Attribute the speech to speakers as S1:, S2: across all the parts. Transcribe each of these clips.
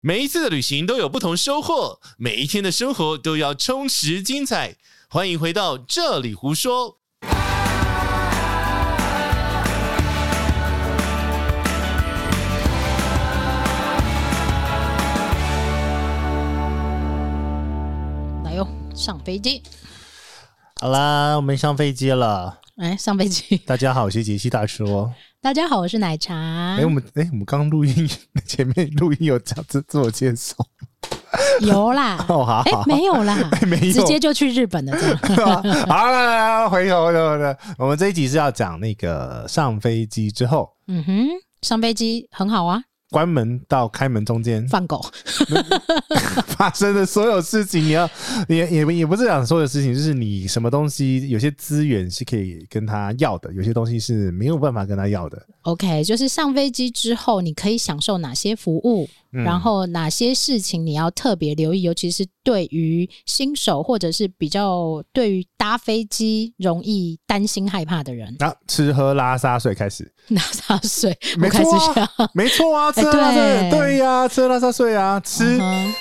S1: 每一次的旅行都有不同收获，每一天的生活都要充实精彩。欢迎回到这里胡说。
S2: 来哟，上飞机！
S3: 好啦，我们上飞机了。
S2: 哎，上飞机！
S3: 大家好，我是杰西大叔哦。
S2: 大家好，我是奶茶
S3: 哎、。我们哎、我们刚录音前面录音有讲自自我介绍，
S2: 有啦，
S3: 哦好
S2: 哎
S3: 好，哎
S2: 没有啦，
S3: 没有
S2: 直接就去日本了，这样。
S3: 好来来来，回头回头回头，我们这一集是要讲那个上飞机之后
S2: 嗯哼，上飞机很好啊，
S3: 关门到开门中间
S2: 放狗。
S3: 发生的所有事情，你要 也也也不是讲所有事情，就是你什么东西有些资源是可以跟他要的，有些东西是没有办法跟他要的。，
S2: OK，就是上飞机之后，你可以享受哪些服务，然后哪些事情你要特别留意，尤其是对于新手或者是比较对于搭飞机容易担心害怕的人
S3: 啊，吃喝拉撒睡开始，
S2: 拿洒水，我
S3: 没
S2: 开始
S3: 错啊
S2: 想。
S3: 没错啊，吃
S2: 哎
S3: 喝拉撒
S2: 对
S3: 睡，对呀、吃喝拉撒睡啊，吃、
S2: 嗯哼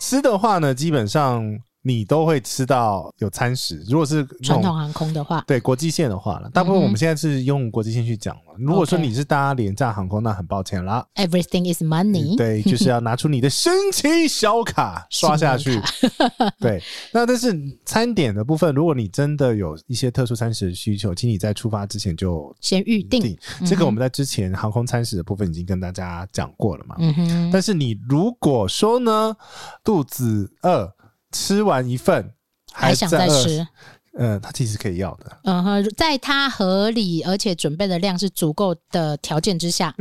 S3: 吃的话呢，基本上你都会吃到有餐食。如果是那
S2: 传
S3: 种
S2: 统航空的话，
S3: 对国际线的话了，大部分我们现在是用国际线去讲了。如果说
S2: OK
S3: 你是搭廉价航空，那很抱歉啦。
S2: Everything is money。
S3: 嗯 对，就是要拿出你的神奇小卡刷下去。 对，那但是餐点的部分，如果你真的有一些特殊餐食的需求，请你在出发之前就
S2: 先预定。
S3: 定。这个我们在之前航空餐食的部分已经跟大家讲过了嘛。
S2: 嗯哼，
S3: 但是你如果说呢，肚子饿，吃完一份
S2: 还想
S3: 在
S2: 再
S3: 饿
S2: 吃，，
S3: 呃，它其实可以要的。
S2: 嗯哼，在它合理而且准备的量是足够的条件之下，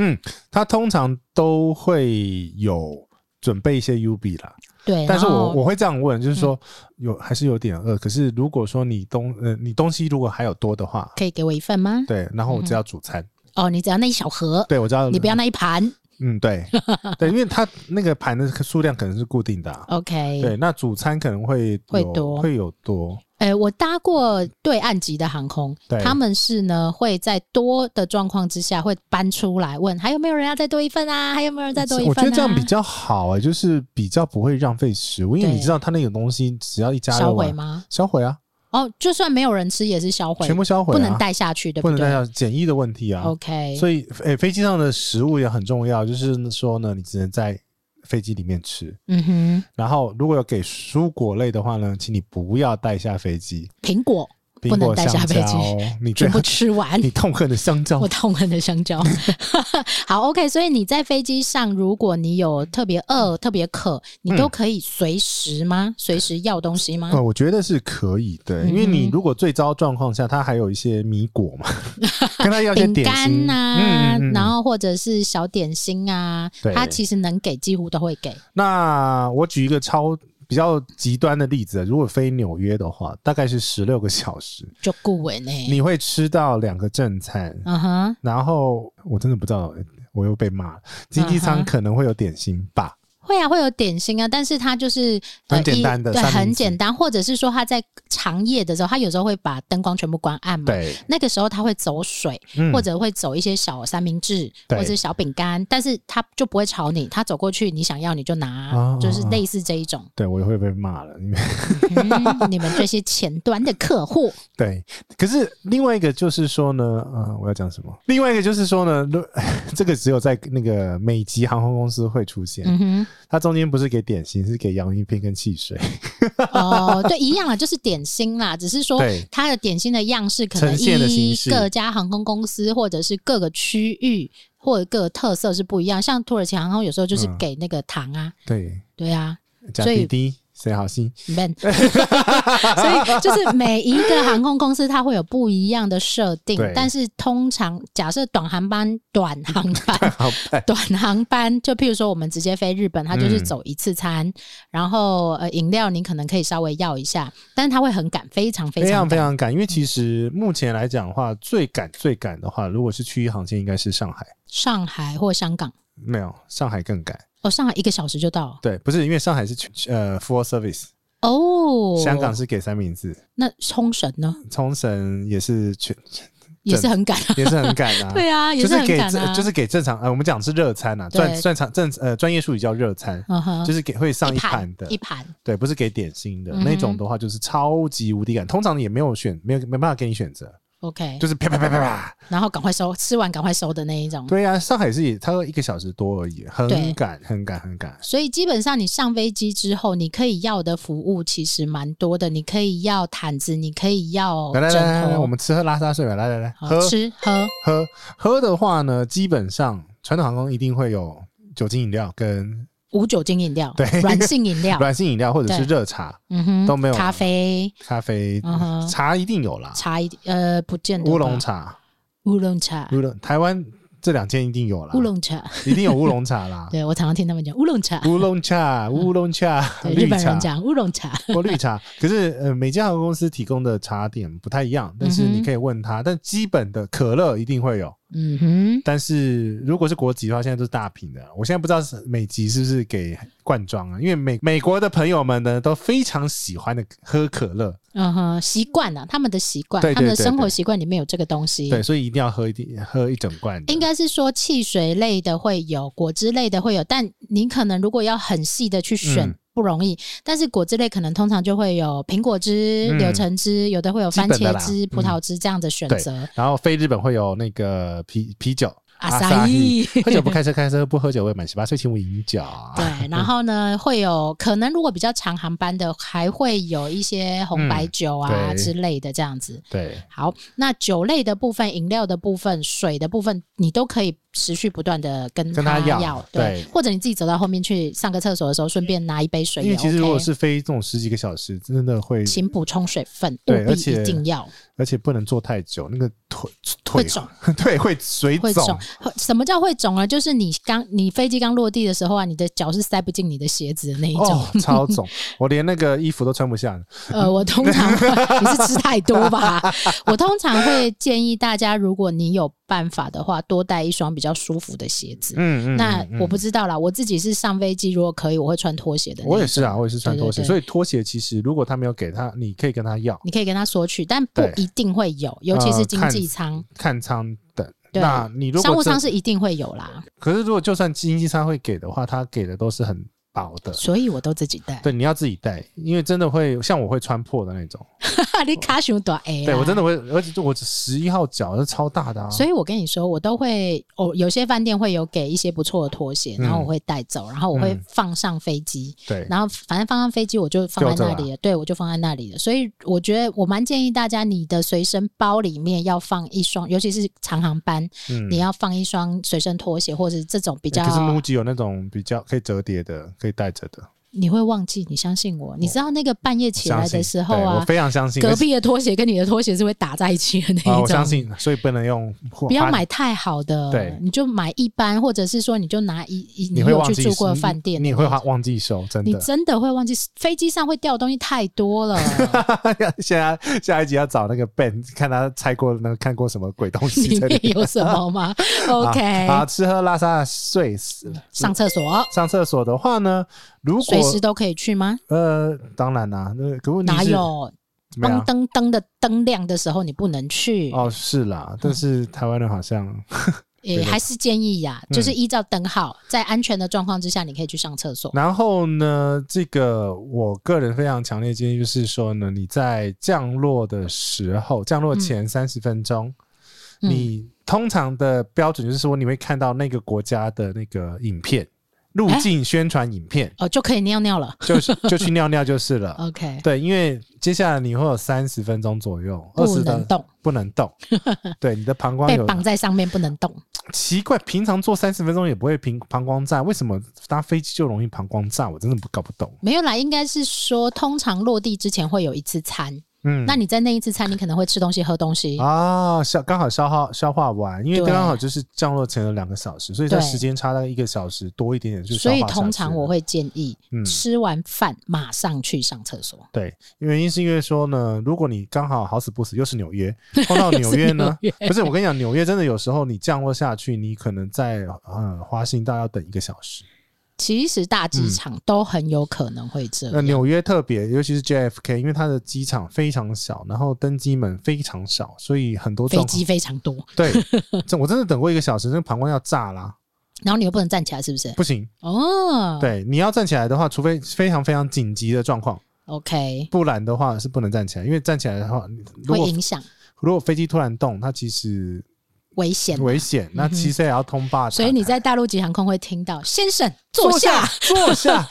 S3: 它通常都会有准备一些 U B 啦，
S2: 对。
S3: 但是
S2: 然后嗯
S3: 我我会这样问，就是说、有还是有点饿，可是如果说你东呃你东西如果还有多的话，
S2: 可以给我一份吗？
S3: 对，然后我只要主餐，
S2: 哦，你只要那一小盒，
S3: 对我知道
S2: 嗯你不要那一盘。
S3: 嗯 对对，因为它那个盘的数量可能是固定的啊、对，
S2: OK，
S3: 那主餐可能会
S2: 哎会
S3: 有
S2: 多
S3: 会有多，
S2: 哎，我搭过对岸级的航空，
S3: 对
S2: 他们是呢会在多的状况之下会搬出来问，还有没有人要再多一份啊？还有没有人再多一份、啊？
S3: 我觉得这样比较好哎、就是比较不会浪费食物，因为
S2: 对
S3: 你知道它那个东西只要一加热
S2: 销毁
S3: 完，
S2: 吗？
S3: 销毁啊，
S2: 哦，就算没有人吃也是销毁，
S3: 全部销毁、啊，
S2: 不能带下去，对
S3: 不能
S2: 对
S3: 带上简易的问题啊。
S2: ？OK，
S3: 所以，诶、飞机上的食物也很重要，就是说呢，你只能在飞机里面吃。
S2: 嗯哼，
S3: 然后，如果有给蔬果类的话呢，请你不要带下飞机，
S2: 苹果不
S3: 苹
S2: 能
S3: 果、
S2: 带
S3: 香
S2: 下
S3: 蕉，
S2: 飞机
S3: 你最。
S2: 全部吃完
S3: 你痛恨的香蕉
S2: 我，痛恨的香蕉。 好，OK，所以你在飞机上，如果你有特别饿、特别渴，你都可以随时
S3: 嗯
S2: 吗？随时要东西吗？
S3: 呃，我觉得是可以的，
S2: 嗯
S3: 因为你如果最糟状况下，它还有一些米果 嘛，跟它要一些
S2: 饼
S3: 点
S2: 干
S3: 心
S2: 呐，
S3: 嗯嗯嗯
S2: 然后或者是小点心啊，
S3: 对
S2: 它其实能给几乎都会给。
S3: 那我举一个超比较极端的例子，如果飞纽约的话，大概是十六个小时，
S2: 就顾伟呢，
S3: 你会吃到两个正餐，
S2: 嗯哼，
S3: 然后我真的不知道，我又被骂了。经济
S2: 嗯
S3: 舱
S2: 哼
S3: 可能会有点心吧，
S2: 会啊，会有点心啊，但是它就是呃
S3: 很简单的
S2: 一对，
S3: 三明
S2: 很
S3: 治
S2: 简单，或者是说它在长夜的时候，它有时候会把灯光全部关暗嘛，
S3: 对，
S2: 那个时候它会走水，
S3: 嗯
S2: 嗯或者会走一些小三明治或
S3: 对
S2: 者是小饼干，但是他就不会吵你，他走过去你想要你就拿，
S3: 啊
S2: 就是
S3: 啊。
S2: 类似这一种
S3: 对我也会被骂了，因为
S2: 嗯 你们这些前端的客户，
S3: 对。可是另外一个就是说呢，呃，我要讲什么？另外一个就是说呢，如 这个只有在那个美籍航空公司会出现，
S2: 嗯
S3: 它中间不是给点心，是给洋芋片跟汽水。
S2: 哼，哦，对，一样啊，就是点心啦，只是说
S3: 对
S2: 它的点心的样式可能
S3: 呈现的
S2: 依
S3: 形式
S2: 各家航空公司或者是各个区域或者各个特色是不一样，像土耳其航空有时候就是
S3: 嗯
S2: 给那个糖啊，
S3: 对，
S2: 对啊，
S3: 讲
S2: 所以
S3: PD 谁好心？
S2: man，所 以就是每一个航空公司它会有不一样的设定
S3: 对，
S2: 但是通常假设短航班、短航班、
S3: 好，哎
S2: 短航班，就譬如说我们直接飞日本，它就是
S3: 嗯
S2: 走一次餐，然后呃饮料你可能可以稍微要一下，但是它会很赶，非常非
S3: 非
S2: 常
S3: 常非
S2: 赶。
S3: 常赶，因为其实目前来讲的话，最赶最赶的话，如果是区域航线，应该是上海，
S2: 上海或香港，
S3: 没有上海更赶。
S2: 哦，上海一个小时就到了
S3: 对，不是因为上海是全呃 full service，、
S2: 哦，
S3: 香港是给三明治，
S2: 那冲绳呢？
S3: 冲绳也是全
S2: 也是很赶、
S3: 也是很赶啊。
S2: 对啊，也
S3: 就是
S2: 很
S3: 给
S2: 赶啊，
S3: 正就是给正常呃，我们讲是热餐啊，
S2: 对
S3: 专专场正呃专业术语叫热餐，
S2: 嗯哼
S3: 就是给会上
S2: 一
S3: 盘的，
S2: 一盘，
S3: 对，不是给点心的
S2: 嗯哼
S3: 那种的话，就是超级无敌赶，通常也没有选，没有没办法给你选择，
S2: OK，
S3: 就是啪啪啪啪啪。
S2: 然后赶快收，吃完赶快收的那一种。
S3: 对呀、啊，上海是也差不多一个小时多而已，
S2: 对
S3: 很赶，很赶，很赶。
S2: 所以基本上，你上飞机之后，你可以要的服务其实蛮多的。你可以要毯子，你可以要
S3: 来来来来
S2: 哦枕
S3: 来，
S2: 头，
S3: 我们吃喝拉撒睡吧，来来来，
S2: 好
S3: 喝
S2: 吃喝，
S3: 喝喝的话呢，基本上传统航空一定会有酒精饮料跟
S2: 无酒精饮料
S3: 对、
S2: 软性饮料，
S3: 软性饮料或者是
S2: 对
S3: 热茶、
S2: 嗯哼，
S3: 都没有
S2: 咖啡、
S3: 咖啡
S2: 嗯哼、
S3: 茶一定有啦，
S2: 茶一呃不见得吧
S3: 乌龙、
S2: 哎
S3: 茶、
S2: 乌龙茶、
S3: 乌龙台湾这两间一定有啦，
S2: 乌龙茶。，
S3: 一定有乌龙茶啦
S2: 对我常常听他们讲乌龙茶，
S3: 乌龙茶、乌龙茶、
S2: 对日
S3: 绿
S2: 本人
S3: 茶。
S2: 讲乌龙茶，
S3: 或绿茶，可是呃，每家航空公司提供的茶点不太一样，但是
S2: 嗯
S3: 你
S2: 哼
S3: 可以问他，但基本的可乐一定会有，
S2: 嗯哼，
S3: 但是如果是国籍的话，现在都是大瓶的。啊我现在不知道是美籍是不是给罐装啊，因为美美国的朋友们呢都非常喜欢的喝可乐，
S2: 嗯哼，习惯了他们的习惯，
S3: 对对
S2: 他们的
S3: 对
S2: 生活
S3: 对
S2: 习惯里面有这个东西，
S3: 对，所以一定要喝一定喝一整罐的。
S2: 嗯应该是说汽水类的会有，果汁类的会有，但你可能如果要很细的去选。
S3: 嗯
S2: 不容易，但是果汁类可能通常就会有苹果汁、
S3: 嗯
S2: 柳橙汁，有的会有番
S3: 基本的啦嗯
S2: 茄汁、葡萄汁这样的选择。
S3: 然后飞日本会有那个啤啤酒，
S2: 阿
S3: 阿
S2: 萨
S3: 萨
S2: 伊，
S3: 伊 啊喝酒不开车，开车不喝酒未满十八岁，请勿饮酒啊。
S2: 对，然后呢，会有可能如果比较长航班的，还会有一些红白酒啊、
S3: 嗯对
S2: 之类的这样子。
S3: 对，
S2: 好，那酒类的部分、饮料的部分、水的部分，你都可以持续不断的跟
S3: 跟他
S2: 要，
S3: 要
S2: 对，
S3: 对
S2: 或者你自己走到后面去上个厕所的时候，顺便拿一杯水
S3: 因为
S2: 也 OK。啊
S3: 其实如果是飞这种十几个小时，真的会，
S2: 请补充水分，务
S3: 对
S2: 必
S3: 而且
S2: 一定要
S3: 而且不能坐太久，那个腿
S2: 会
S3: 腿
S2: 肿，
S3: 对会水
S2: 会肿
S3: 肿，。
S2: 会什么叫会肿呢？就是你刚你飞机刚落地的时候啊，你的脚是塞不进你的鞋子的那一种。
S3: 哦，超肿，我连那个衣服都穿不下了。
S2: 呃，我通常会你是吃太多吧？我通常会建议大家，如果你有办法的话，多带一双比较舒服的鞋子。
S3: 嗯嗯，
S2: 那
S3: 嗯嗯
S2: 我不知道啦，我自己是上飞机，如果可以，我会穿拖鞋的。
S3: 我也是啊，，我也是穿
S2: 对
S3: 拖
S2: 对
S3: 鞋，
S2: 对
S3: 所以拖鞋其实如果他没有给他，你可以跟他要
S2: 你可以跟他索取，但不
S3: 对
S2: 一定会有，尤其是
S3: 呃
S2: 经济舱、
S3: 看舱等。
S2: 对
S3: 那你如果
S2: 商务
S3: 这
S2: 舱是，一定会有啦，
S3: 可是如果就算经济舱会给的话，他给的都是很薄的。
S2: 所以我都自己带。
S3: 对，你要自己带，因为真的会像我会穿破的那种。
S2: 你卡熊短 A，
S3: 对我真的。会，而且我十一号脚是超大的啊。
S2: 啊所以我跟你说，我都会，哦，有些饭店会有给一些不错的拖鞋，然后我会带走，然后我会
S3: 嗯
S2: 放上飞机，
S3: 对，
S2: 然后反正放上飞机我就放在那
S3: 就
S2: 里
S3: 这
S2: 了，对我就放在那里了。所以我觉得我蛮建议大家，你的随身包里面要放一双，尤其是长航班，
S3: 嗯哎
S2: 你要放一双随身拖鞋，或者是这种比较
S3: 可，是 MUJI 有那种比较可以折叠的，可以带着的。
S2: 你会忘记。你相信我，你知道那个半夜起
S3: 相
S2: 来
S3: 信
S2: 的时候
S3: 对我
S2: 啊，
S3: 非常哦相信。
S2: 隔
S3: 而且
S2: 壁的拖鞋跟你的拖鞋是会打在一起的那 一种。
S3: 啊，我相信，所以不能用。
S2: 不
S3: 不
S2: 要买太好的，
S3: 对
S2: 你就买一般，或者是说你就拿一一
S3: 你会
S2: 有
S3: 忘
S2: 去
S3: 记
S2: 住过的
S3: 你
S2: 饭店的
S3: 你
S2: 那
S3: 会
S2: 种，
S3: 忘忘记收，真
S2: 你
S3: 的。
S2: 真的会忘记，飞机上会掉的东西太 多了。
S3: 现在下一集要找那个 Ben，看他猜过那个看过什么鬼东西
S2: 里
S3: 在
S2: 面
S3: 里面。
S2: 有什么吗？OK，
S3: 啊，吃喝拉撒睡死。
S2: 上厕所
S3: 上厕所的话呢，如果
S2: 随时都可以去吗？
S3: 呃，当然啦、那可问题
S2: 哪
S3: 是啊
S2: 有
S3: 怎么
S2: 灯
S3: 样？
S2: 灯灯的灯亮的时候你不能去？
S3: 哦，是啦，但是台湾人好像
S2: 也
S3: 对的
S2: 还是建议呀，
S3: 嗯
S2: 就是依照灯号，在安全的状况之下，你可以去上厕所。
S3: 然后呢，这个我个人非常强烈建议就是说呢，你在降落的时候，降落前三十分钟，
S2: 嗯
S3: 你通常的标准就是说你会看到那个国家的那个影片入
S2: 哎
S3: 境宣传影片，
S2: 哦，就可以尿尿了。
S3: 就是就去尿尿就是了。
S2: OK，
S3: 对，因为接下来你会有三十分钟左右，二
S2: 不
S3: 十
S2: 能
S3: 的
S2: 动，
S3: 不能 动。对，你的膀胱
S2: 被
S3: 有
S2: 绑在上面不能动。
S3: 奇怪，平常坐三十分钟也不会平膀胱炸，为什么搭飞机就容易膀胱炸？我真的不搞不懂。
S2: 没有啦，应该是说，通常落地之前会有一次餐，
S3: 嗯，
S2: 那你在那一次餐，你可能会吃东西、喝东西。
S3: 啊，消刚好消耗消化完，因为
S2: 对
S3: 刚好就是降落前的两个小时，所以它
S2: 对
S3: 时间差大概一个小时多一点点，就消
S2: 所
S3: 化
S2: 以
S3: 下去
S2: 通常我会建议，
S3: 嗯
S2: 吃完饭马上去上厕所。
S3: 对，原因是因为说呢，如果你刚好好死不死又是纽 约，碰到纽约呢，
S2: 又是纽约
S3: 不是我跟你讲，纽约真的有时候你降落下去，你可能在呃华盛顿要等一个小时，
S2: 其实大机场都很有可能会这
S3: 嗯那
S2: 样。
S3: 纽约特别，尤其是 JFK，因为它的机场非常小，然后登机门非常少，所以很多
S2: 飞
S3: 状况
S2: 机非常多，
S3: 对，这我真的等过一个小时，那个膀胱要炸啦，
S2: 然后你又不能站起来，是不是？
S3: 不行。
S2: 哦，
S3: 对，你要站起来的话，除非非常非常紧急的状况，
S2: ，OK，
S3: 不然的话是不能站起来，因为站起来的话，如
S2: 会
S3: 果
S2: 影响
S3: 如果飞机突然动，它其实
S2: 危险。
S3: 危险，那其实也要通报。
S2: 嗯所以你在大陆级航空会听到“先生
S3: 坐
S2: 坐下”，
S3: 坐下，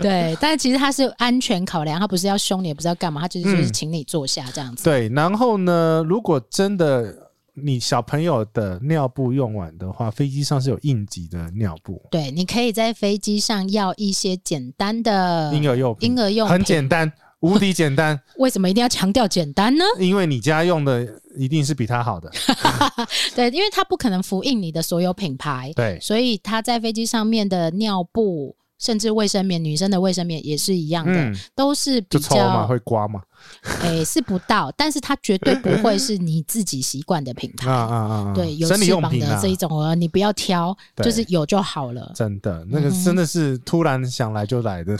S2: 对，但其实他是安全考量，他不是要凶你，也不是要干嘛，他就是
S3: 嗯
S2: 就是请你坐下这样 子。
S3: 对，然后呢，如果真的你小朋友的尿布用完的话，飞机上是有应急的尿布，
S2: 对，你可以在飞机上要一些简单的
S3: 婴儿用品，
S2: 呃婴儿用品
S3: 很简单，无敌简单，
S2: 为什么一定要强调简单呢？
S3: 因为你家用的一定是比他好的。
S2: 对，因为它不可能复印你的所有品牌，
S3: 对，
S2: 所以它在飞机上面的尿布，甚至卫生棉，女生的卫生棉也是一样的，
S3: 嗯，
S2: 都是比
S3: 就抽嘛，
S2: 较
S3: 会刮嘛，
S2: 诶、是不到，但是它绝对不会是你自己习惯的品 牌。
S3: 啊啊啊啊，
S2: 对，有
S3: 生理
S2: 翅
S3: 用
S2: 膀
S3: 品
S2: 的
S3: 啊
S2: 这，一种，呃你不要挑，
S3: 对
S2: 就是有就好了。
S3: 真的，那
S2: 嗯
S3: 个真的是突然想来就来的，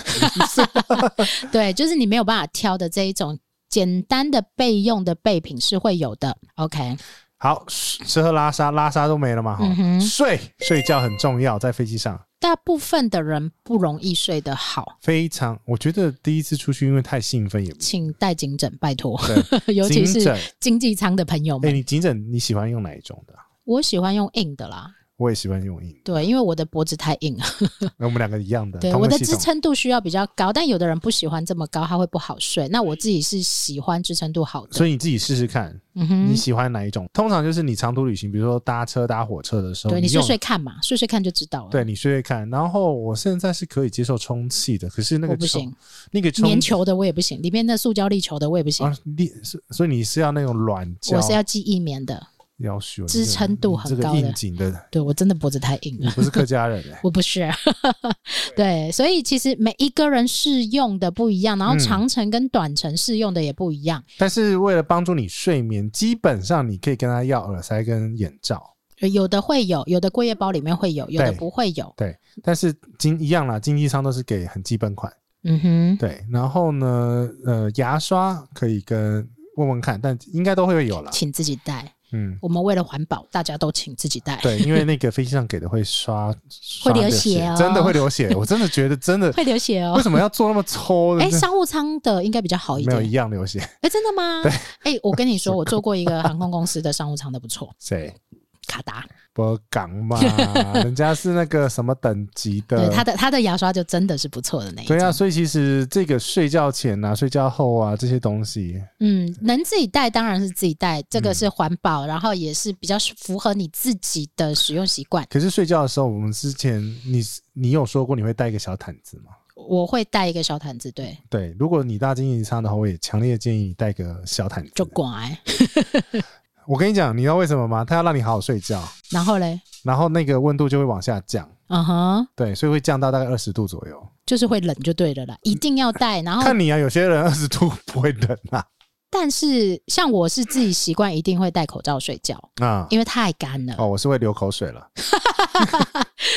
S2: 对，就是你没有办法挑的这一种简单的备用的备品是会有的。OK，
S3: 好，吃喝拉撒，拉撒都没了嘛，哈、
S2: 嗯哼
S3: 睡睡觉很重要，在飞机上
S2: 大部分的人不容易睡得好，
S3: 非常，我觉得第一次出去因为太兴奋也 不
S2: 请带颈枕，拜托，
S3: 对，
S2: 尤其
S3: 颈枕
S2: 是，经济舱的朋友
S3: 哎、
S2: 们。
S3: 你颈枕你喜欢用哪一种的？
S2: 我喜欢用硬的啦，
S3: 我也喜欢用硬，
S2: 对，因为我的脖子太硬了，
S3: 那嗯我们两个一样的，
S2: 对，
S3: 同
S2: 我
S3: 一个
S2: 的
S3: 系
S2: 支
S3: 统。
S2: 撑度需要比较高，但有的人不喜欢这么高，他会不好睡。那我自己是喜欢支撑度好的，
S3: 所以你自己试试看，
S2: 嗯
S3: 你
S2: 哼，
S3: 喜欢哪一种？通常就是你长途旅行，比如说搭车、搭火车的时候，
S2: 对你
S3: 用
S2: 睡睡看嘛，睡睡看就知道了。
S3: 对，你睡睡看。然后我现在是可以接受充气的，可是那个
S2: 我不
S3: 充
S2: 行，
S3: 那个充
S2: 棉球的我也不行，里面那塑胶粒球的我也不行，
S3: 啊，你是所以你是要那种软胶，
S2: 我是要记忆棉的。
S3: 要学
S2: 支撑度很高的
S3: 这个应景的，
S2: 对我真的脖子太硬
S3: 你
S2: 了，
S3: 不是客家人哎、
S2: 我不是。 对，所以其实每一个人适用的不一样，然后
S3: 嗯
S2: 长程跟短程适用的也不一样。
S3: 但是为了帮助你睡眠，基本上你可以跟他要耳塞跟眼罩，
S2: 有的会有，有的过夜包里面会有，有的
S3: 对
S2: 不会有。
S3: 但是经一样啦，经济舱都是给很基本款。
S2: 嗯哼，
S3: 对，然后呢，呃，牙刷可以跟问问看，但应该都会有啦。
S2: 请自己带。
S3: 嗯，
S2: 我们为了环保，大家都请自己带。
S3: 对，因为那个飞机上给的会刷，刷
S2: 流
S3: 流
S2: 血哦
S3: 真的会流血，我真的觉得真的
S2: 会流血哦
S3: 为。什么要做那么粗的？
S2: 哎，商务舱的应该比较好一
S3: 没有一
S2: 点。
S3: 样流血，
S2: 哎，真的吗？哎，我跟 你说，我做过一个航空公司的商务舱的，不错，
S3: 谁？
S2: 卡达。
S3: 不港嘛，人家是那个什么等级的，
S2: 对，他的他的牙刷就真的是不错的那一种
S3: 对。啊，所以其实这个睡觉前啊、睡觉后啊这些东西，
S2: 嗯，能自己带当然是自己带，这个是
S3: 嗯
S2: 环保，然后也是比较符合你自己的使用习惯。
S3: 可是睡觉的时候，我们之前你你有说过你会带一个小毯子吗？
S2: 我会带一个小毯子，对，
S3: 对，如果你搭经济舱的话，我也强烈建议你带个小毯子
S2: 就。乖。
S3: 我跟你讲，你知道为什么吗？它要让你好好睡觉，
S2: 然后嘞，
S3: 然后那个温度就会往下降，
S2: 嗯哼，
S3: 对，所以会降到大概二十度左右。
S2: 就是会冷就对了啦，一定要带。然后，
S3: 看你啊，有些人二十度不会冷啊，
S2: 但是像我是自己习惯，一定会戴口罩睡觉，
S3: 啊、
S2: 因为太干了，
S3: 哦，我是会流口水了。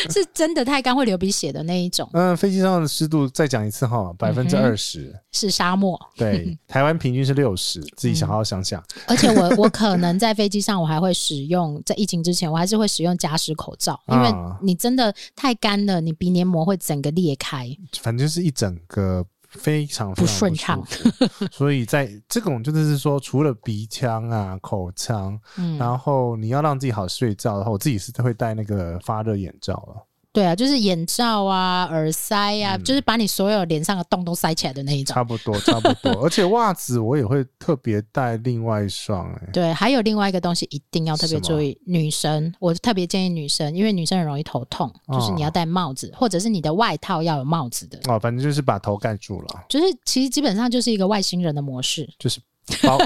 S2: 是真的太干会流鼻血的那一种，
S3: 嗯，飞机上的湿度再讲一次哈，百分之二十。
S2: 是沙漠。
S3: 对，台湾平均是六十，自己好好想想。
S2: 而且我我可能在飞机上，我还会使用，在疫情之前，我还是会使用加湿口罩，因为
S3: 啊
S2: 你真的太干了，你鼻黏膜会整个裂开。
S3: 反正是一整个非常非
S2: 不
S3: 常
S2: 顺畅
S3: 舒服。 所以在这种就是说，除了鼻腔啊、口腔，
S2: 嗯，
S3: 然后你要让自己好睡觉的话，我自己是会戴那个发热眼罩了。
S2: 对啊，就是眼罩啊、耳塞啊，就是把你所有脸上的洞都塞起来的那一
S3: 嗯
S2: 种。
S3: 差不多，差不多。 而且袜子我也会特别带另外一双、欸，
S2: 对，还有另外一个东西一定要特
S3: 什
S2: 别
S3: 么
S2: 注意，女生，我特别建议女生，因为女生很容易头痛，就是你要戴帽子，或者是你的外套要有帽子的，
S3: 哦，反正就是把头盖住了，
S2: 就是其实基本上就是一个外星人的模式，
S3: 就是 包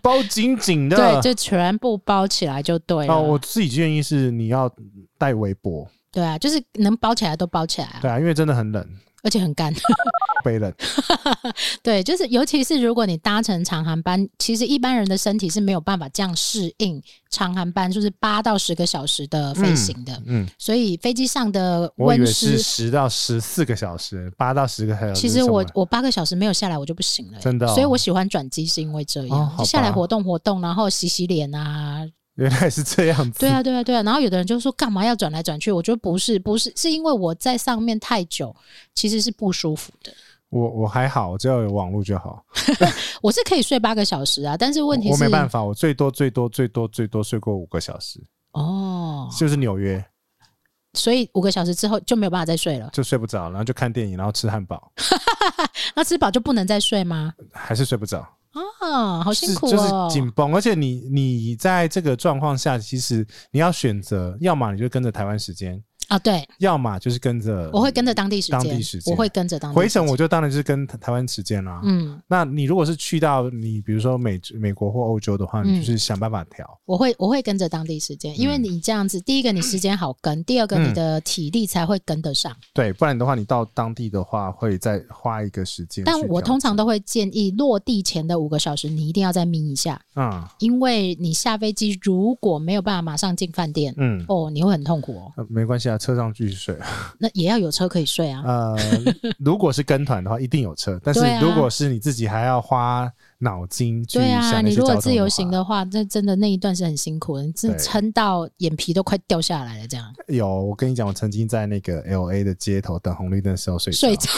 S3: 包紧紧的。
S2: 对，就全部包起来就对了。
S3: 哦，我自己建议是你要带围脖，
S2: 对啊，就是能包起来都包起来啊、
S3: 对啊，因为真的很冷。
S2: 而且很干。
S3: 被冷。
S2: 对，就是尤其是如果你搭乘长航班，其实一般人的身体是没有办法这样适应长航班，就是八到十个小时的飞行的。
S3: 嗯，
S2: 所以飞机上的
S3: 我以
S2: 温
S3: 为是
S2: 湿，
S3: 十到十四个小时，八到十个小时是
S2: 其
S3: 什
S2: 实
S3: 么
S2: 我我八个小时没有下来我就不行了、欸
S3: 真的哦
S2: 所以我喜欢转机是因为这样，
S3: 哦好吧
S2: 就下来活动活动，然后洗洗脸啊。
S3: 原来是这样子。
S2: 对啊，对啊，对啊。然后有的人就说干嘛要转来转去？我觉得不是，不是，是因为我在上面太久，其实是不舒服的。
S3: 我我还好，我只要有网络就好。
S2: 我是可以睡八个小时啊，但是问题
S3: 我我
S2: 是
S3: 没办法，我最多最多最多最多睡过五个小时，
S2: 哦，
S3: 就是纽约
S2: 所以五个小时之后就没有办法再睡了。
S3: 就睡不着，然后就看电影，然后吃汉堡，
S2: 那吃饱就不能再睡吗？
S3: 还是睡不着。
S2: 啊，好辛苦
S3: 是就是
S2: 哦！
S3: 紧绷，而且你你在这个状况下，其实你要选择，要么你就跟着台湾时间，
S2: 啊，对，
S3: 要么就是跟着
S2: 我会跟着当地时间，
S3: 呃当地时间
S2: 我会跟着当地
S3: 回程，
S2: 时
S3: 我
S2: 间
S3: 就当然就是跟台台湾时间啦。
S2: 嗯，
S3: 那你如果是去到你比如说美美国或欧洲的话，
S2: 嗯
S3: 你就是想办法调。
S2: 我会我会跟着当地时间，因为你这样子，第一个你时间好跟，第二个
S3: 嗯
S2: 你的体力才会跟得上。
S3: 对，不然的话，你到当地的话会再花一个时间去调
S2: 但
S3: 整。
S2: 我通常都会建议落地前的五个小时，你一定要再眯一下，
S3: 嗯
S2: 因为你下飞机如果没有办法马上进饭店，
S3: 嗯、
S2: 哦，你会很痛苦哦。
S3: 呃没关系啊，车上继续 睡。
S2: 那也要有车可以睡啊。
S3: 呃，如果是跟团的话，一定有车，但是
S2: 对啊
S3: 如果是你自己还要花脑筋去
S2: 对
S3: 想
S2: 啊，
S3: 那
S2: 你
S3: 些
S2: 如
S3: 交
S2: 果
S3: 通
S2: 自由
S3: 话
S2: 行的话，那真的那一段是很辛苦的，你真的
S3: 对
S2: 撑到眼皮都快掉下来了，这样
S3: 有，我跟你讲，我曾经在那个 L A 的街头等红绿灯的时候睡着
S2: 睡着。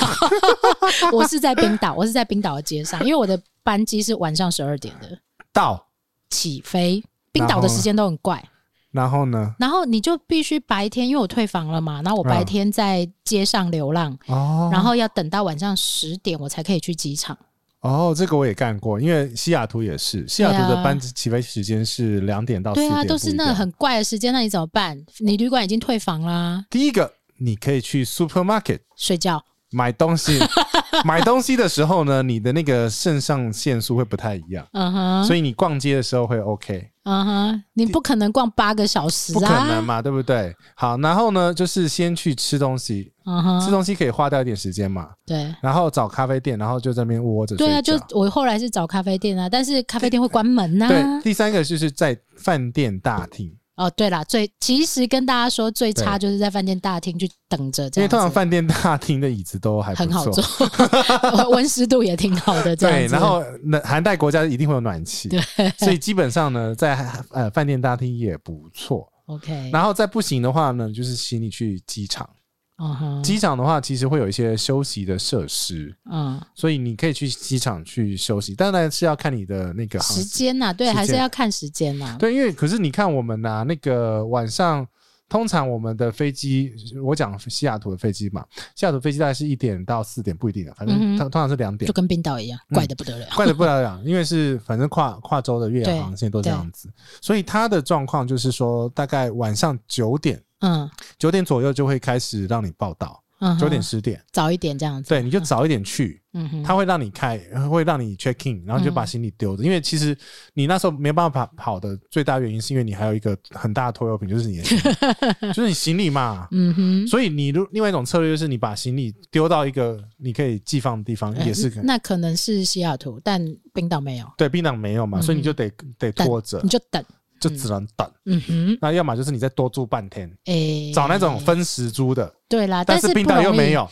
S2: 我是在冰岛，我是在冰岛的街上，因为我的班机是晚上十二点的
S3: 到，
S2: 起飞，冰岛的时间都很怪。
S3: 然后呢？
S2: 然后你就必须白天，因为我退房了嘛，然后我白天在街上流浪，
S3: 嗯哦，
S2: 然后要等到晚上十点我才可以去机场。
S3: 哦，这个我也干过，因为西雅图也是，西雅图
S2: 对
S3: 的
S2: 啊
S3: 班起飞时间是两点哦到四
S2: 对
S3: 点，
S2: 啊，
S3: 不
S2: 都是
S3: 一
S2: 那
S3: 样
S2: 很怪的时间，那你怎么办？你旅馆已经退房啦，
S3: 第一个，你可以去 supermarket
S2: 睡觉。
S3: 买东 西，买东西的时候呢，你的那个肾上腺素会不太一样。
S2: 嗯哼，
S3: 所以你逛街的时候会 OK，
S2: 嗯哼，你不可能逛八个小时啊，
S3: 不可能嘛，对不对？好，然后呢，就是先去吃东西，
S2: 嗯
S3: 吃
S2: 哼，
S3: 东西可以花掉一点时间嘛，
S2: 对。
S3: 然后找咖啡店，然后就在那边窝着睡
S2: 对
S3: 觉。
S2: 啊，就我后来是找咖啡店啊，但是咖啡店会关门啊呐、
S3: 对，第三个就是在饭店大厅，
S2: 哦，对啦，最其实跟大家说最差就是在饭店大厅去等着，这
S3: 因为
S2: 样子
S3: 通常饭店大厅的椅子都还不
S2: 很好
S3: 错
S2: 坐， 温湿度也挺好的，这样
S3: 对，
S2: 子。
S3: 然后那寒带国家一定会有暖气，所以基本上呢，在呃饭店大厅也不错。
S2: OK，
S3: 然后再不行的话呢，就是请你去机场。
S2: 嗯哼，
S3: 机场的话，其实会有一些休息的设施，
S2: 嗯，
S3: 所以你可以去机场去休息，当然是要看你的那个航
S2: 时间呐、啊对，
S3: 时间
S2: 还是要看时间啊呐、
S3: 对，因为可是你看我们呐、那个晚上，通常我们的飞机，我讲西雅图的飞机嘛，西雅图飞机大概是一点到四点，不一定的，反正
S2: 嗯哼
S3: 通、通常是两点
S2: 就，跟冰岛一样，
S3: 嗯
S2: 怪的不得了。
S3: 怪得不得了，因为是反正跨跨州的越
S2: 对
S3: 洋航线都这
S2: 对
S3: 样子，所以它的状况就是说，大概晚上九点
S2: 嗯
S3: 九点左右就会开始让你报到，
S2: 嗯哼，
S3: 九点十点，
S2: 早一点这样子。
S3: 对，你就早一点去，
S2: 嗯哼，
S3: 他会让你开，会让你 check in，然后你就把行李丢着。因为其实你那时候没办法跑的最大原因，是因为你还有一个很大的拖油瓶，就是你的行 李，就是你行李嘛。
S2: 嗯哼，
S3: 所以你如另外一种策略就是你把行李丢到一个你可以寄放的地方，也是可
S2: 那可能是西雅图，但冰岛没有，
S3: 对槟榔没有嘛，
S2: 嗯哼
S3: 所以你就得得拖着
S2: 你，就等。
S3: 就只能等。
S2: 嗯哼，
S3: 那要么就是你再多住半天，
S2: 诶、
S3: 找那种分时租的，
S2: 对啦，
S3: 但
S2: 嗯啊是
S3: 是冰岛
S2: 不
S3: 又
S2: 容易
S3: 没，有，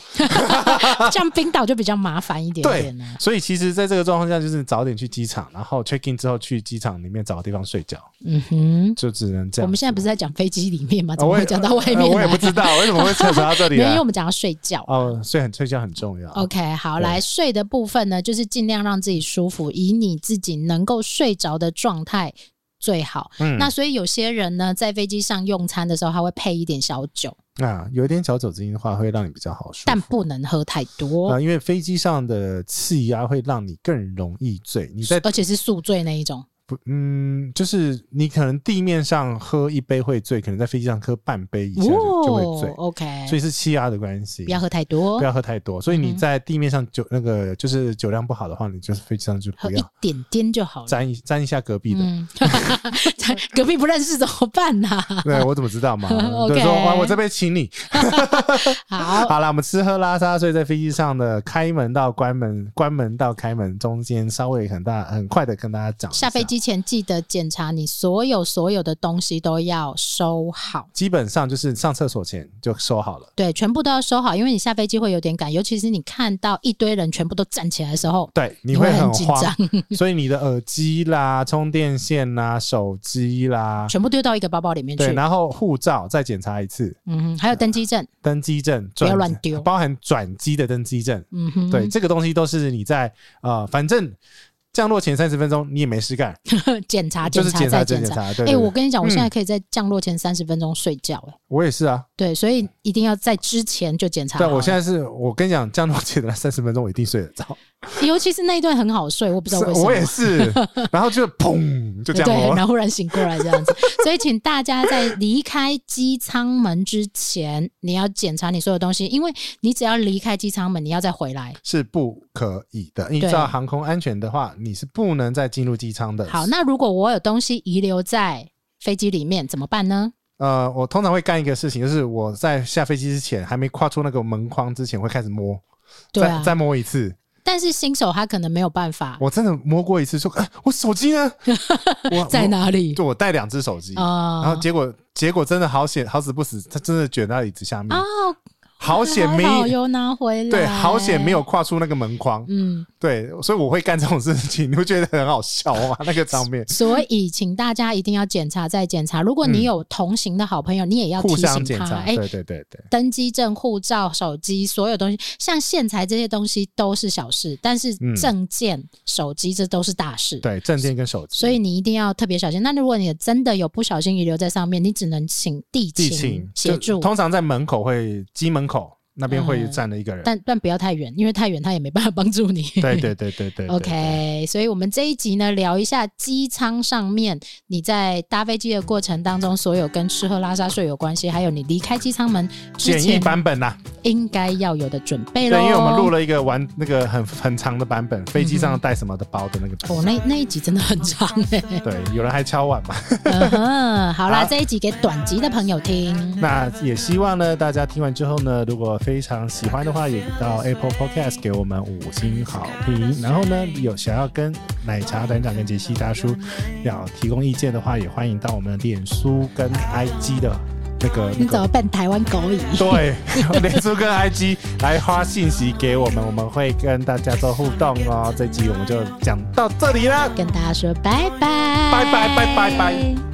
S2: 像冰岛就比较麻烦一点点呢、啊
S3: 所以其实在这个状况下，就是早点去机场，然后 check in 之后去机场里面找个地方睡觉，
S2: 嗯哼，
S3: 就只能这样子。
S2: 我们现在不是在讲飞机里面吗？
S3: 啊
S2: 怎么
S3: 我也
S2: 会讲到外面、
S3: 呃
S2: 来？
S3: 我也不知道为什么会扯扯到这里
S2: 没有，因哦
S3: 来
S2: 为我。们讲到睡觉。
S3: 哦，睡很睡觉很重要。
S2: OK，好，
S3: 对
S2: 来睡的部分呢，就是尽量让自己舒服，以你自己能够睡着的状态最好。
S3: 嗯
S2: 那所以有些人呢，在飞机上用餐的时候，他会配一点小酒，
S3: 啊，有一点小酒精的话，会让你比较好睡。
S2: 但不能喝太多，
S3: 啊，因为飞机上的气压会让你更容易醉。你在
S2: 而且是宿醉那一种。
S3: 不，嗯，就是你可能地面上喝一杯会醉，可能在飞机上喝半杯以下就,、就会
S2: 哦
S3: 醉，
S2: OK，
S3: 所以是气压的关系。
S2: 不要喝太多
S3: 不，要喝太多，所以
S2: 嗯
S3: 你
S2: 哼
S3: 在地面上酒、那个就是酒量不好的话，你就是飞机上就
S2: 喝
S3: 不
S2: 一
S3: 要
S2: 点点就好了。
S3: 沾一沾一下隔壁的。
S2: 嗯， 隔壁不认识怎么办啊 呐、
S3: 对我怎么知道 嘛？
S2: OK
S3: 对，说哇，我这杯请你。
S2: 好，
S3: 好啦，我们吃喝拉撒，所以在飞机上的开门到关门，关门到开门中间稍微很大很快的跟大家讲一
S2: 下飞。机前记得检查你所有所有的东西都要收好。
S3: 基本上就是上厕所前就收好了。
S2: 对，全部都要收好，因为你下飞机会有点赶，尤其是你看到一堆人全部都站起来的时候，
S3: 对，你
S2: 你
S3: 会
S2: 会很紧
S3: 慌
S2: 张，
S3: 所以你的耳机啦、充电线啦、手机啦，
S2: 全部丢到一个包包里面去
S3: 啊对，。然后护照再检查一次，
S2: 嗯哼，还有登机证，
S3: 登机证
S2: 不要
S3: 转
S2: 乱丢
S3: 包含转机的登机证，
S2: 嗯哼，
S3: 对，这个东西都是你在呃，反正降落前三十分钟你也没事干，
S2: 检查
S3: 就是
S2: 查
S3: 检
S2: 再
S3: 查检
S2: 检查。
S3: 查。对，
S2: 哎、
S3: 对对
S2: 我跟你讲，我现在
S3: 嗯
S2: 可以在降落前三十分钟睡觉、哎、
S3: 我也是啊，
S2: 对，所以一定要在之前就检查好
S3: 对，啊
S2: 了。
S3: 我现在是我跟你讲，降落前的三十分钟我一定睡得着，
S2: 尤其是那一段很好睡，我不知道为什
S3: 是
S2: 么。
S3: 我也是， 然后就砰 就哦降
S2: 对，
S3: 落了，
S2: 然后忽然醒过来这样子， 所以请大家在离开机舱门之前，你要检查你所有东西，因为你只要离开机舱门，你要再回来。
S3: 是不可以的。依照航空安全的话，你是不能再进入机舱的。
S2: 好，那如果我有东西遗留在飞机里面怎么办呢？
S3: 呃，我通常会干一个事情，就是我在下飞机之前，还没跨出那个门框之前，会开始摸，
S2: 对啊
S3: 再，再摸一次。
S2: 但是新手他可能没有办法，
S3: 我真的摸过一次，说，啊我手机呢？我
S2: 在？哪里
S3: 我就我带两只手机，
S2: 啊？
S3: 然后结果结果真的好险，好死不死，它真的卷到椅子下面，
S2: 啊，
S3: 好险没
S2: 还好有拿回来，
S3: 对，好险没有。跨出那个门框。
S2: 嗯，，
S3: 对，所以我会干这种事情，你会觉得很好笑吗？那个场面
S2: 所以请大家一定要检查再检查。如果你
S3: 嗯
S2: 有同行的好朋友，你也要提
S3: 互相
S2: 醒
S3: 检
S2: 他，
S3: 查，
S2: 哎，
S3: 对对对对，
S2: 登机证、护照、手机，所有东西，像线材这些东西都是小事，但是
S3: 嗯
S2: 证件、手机这都是大事。，
S3: 对证件跟手机，
S2: 所以你一定要特别小心。那如果你真的有不小心遗留在上面，你只能请地
S3: 地
S2: 勤协
S3: 就
S2: 助，
S3: 通常在门口会机门口那边会
S2: 嗯
S3: 站了一个人，
S2: 但但不要太远，因为太远他也没办法帮助你。
S3: 对对对对对对
S2: OK，所以我们这一集呢，聊一下机舱上面你在搭飞机的过程当中，所有跟吃喝拉撒睡有关系，还有你离开机舱门之
S3: 简易
S2: 前
S3: 版本呐、
S2: 应该要有的准备
S3: 对，
S2: 喽。
S3: 因为我们录了一个玩那个很很长的版本，飞机上带什么的包的那个版
S2: 哦，
S3: 本，
S2: 那那一集真的很长哎、
S3: 对，有人还敲碗嘛，
S2: 嗯 哼，好啦，
S3: 好
S2: 这一集给短集的朋友听。
S3: 那也希望呢，大家听完之后呢，如果非常喜欢的话，也到 Apple Podcast 给我们五星好评。然后呢，有想要跟奶茶团长跟杰西大叔要提供意见的话，也欢迎到我们脸书跟 IG 的那个
S2: 你
S3: 那
S2: 怎么
S3: 个。
S2: 办台湾狗语？
S3: 对，脸书 跟 IG 来发信息给我们，我们会跟大家做互动哦。这集我们就讲到这里啦。
S2: 跟大家说拜拜，
S3: 拜拜拜拜拜。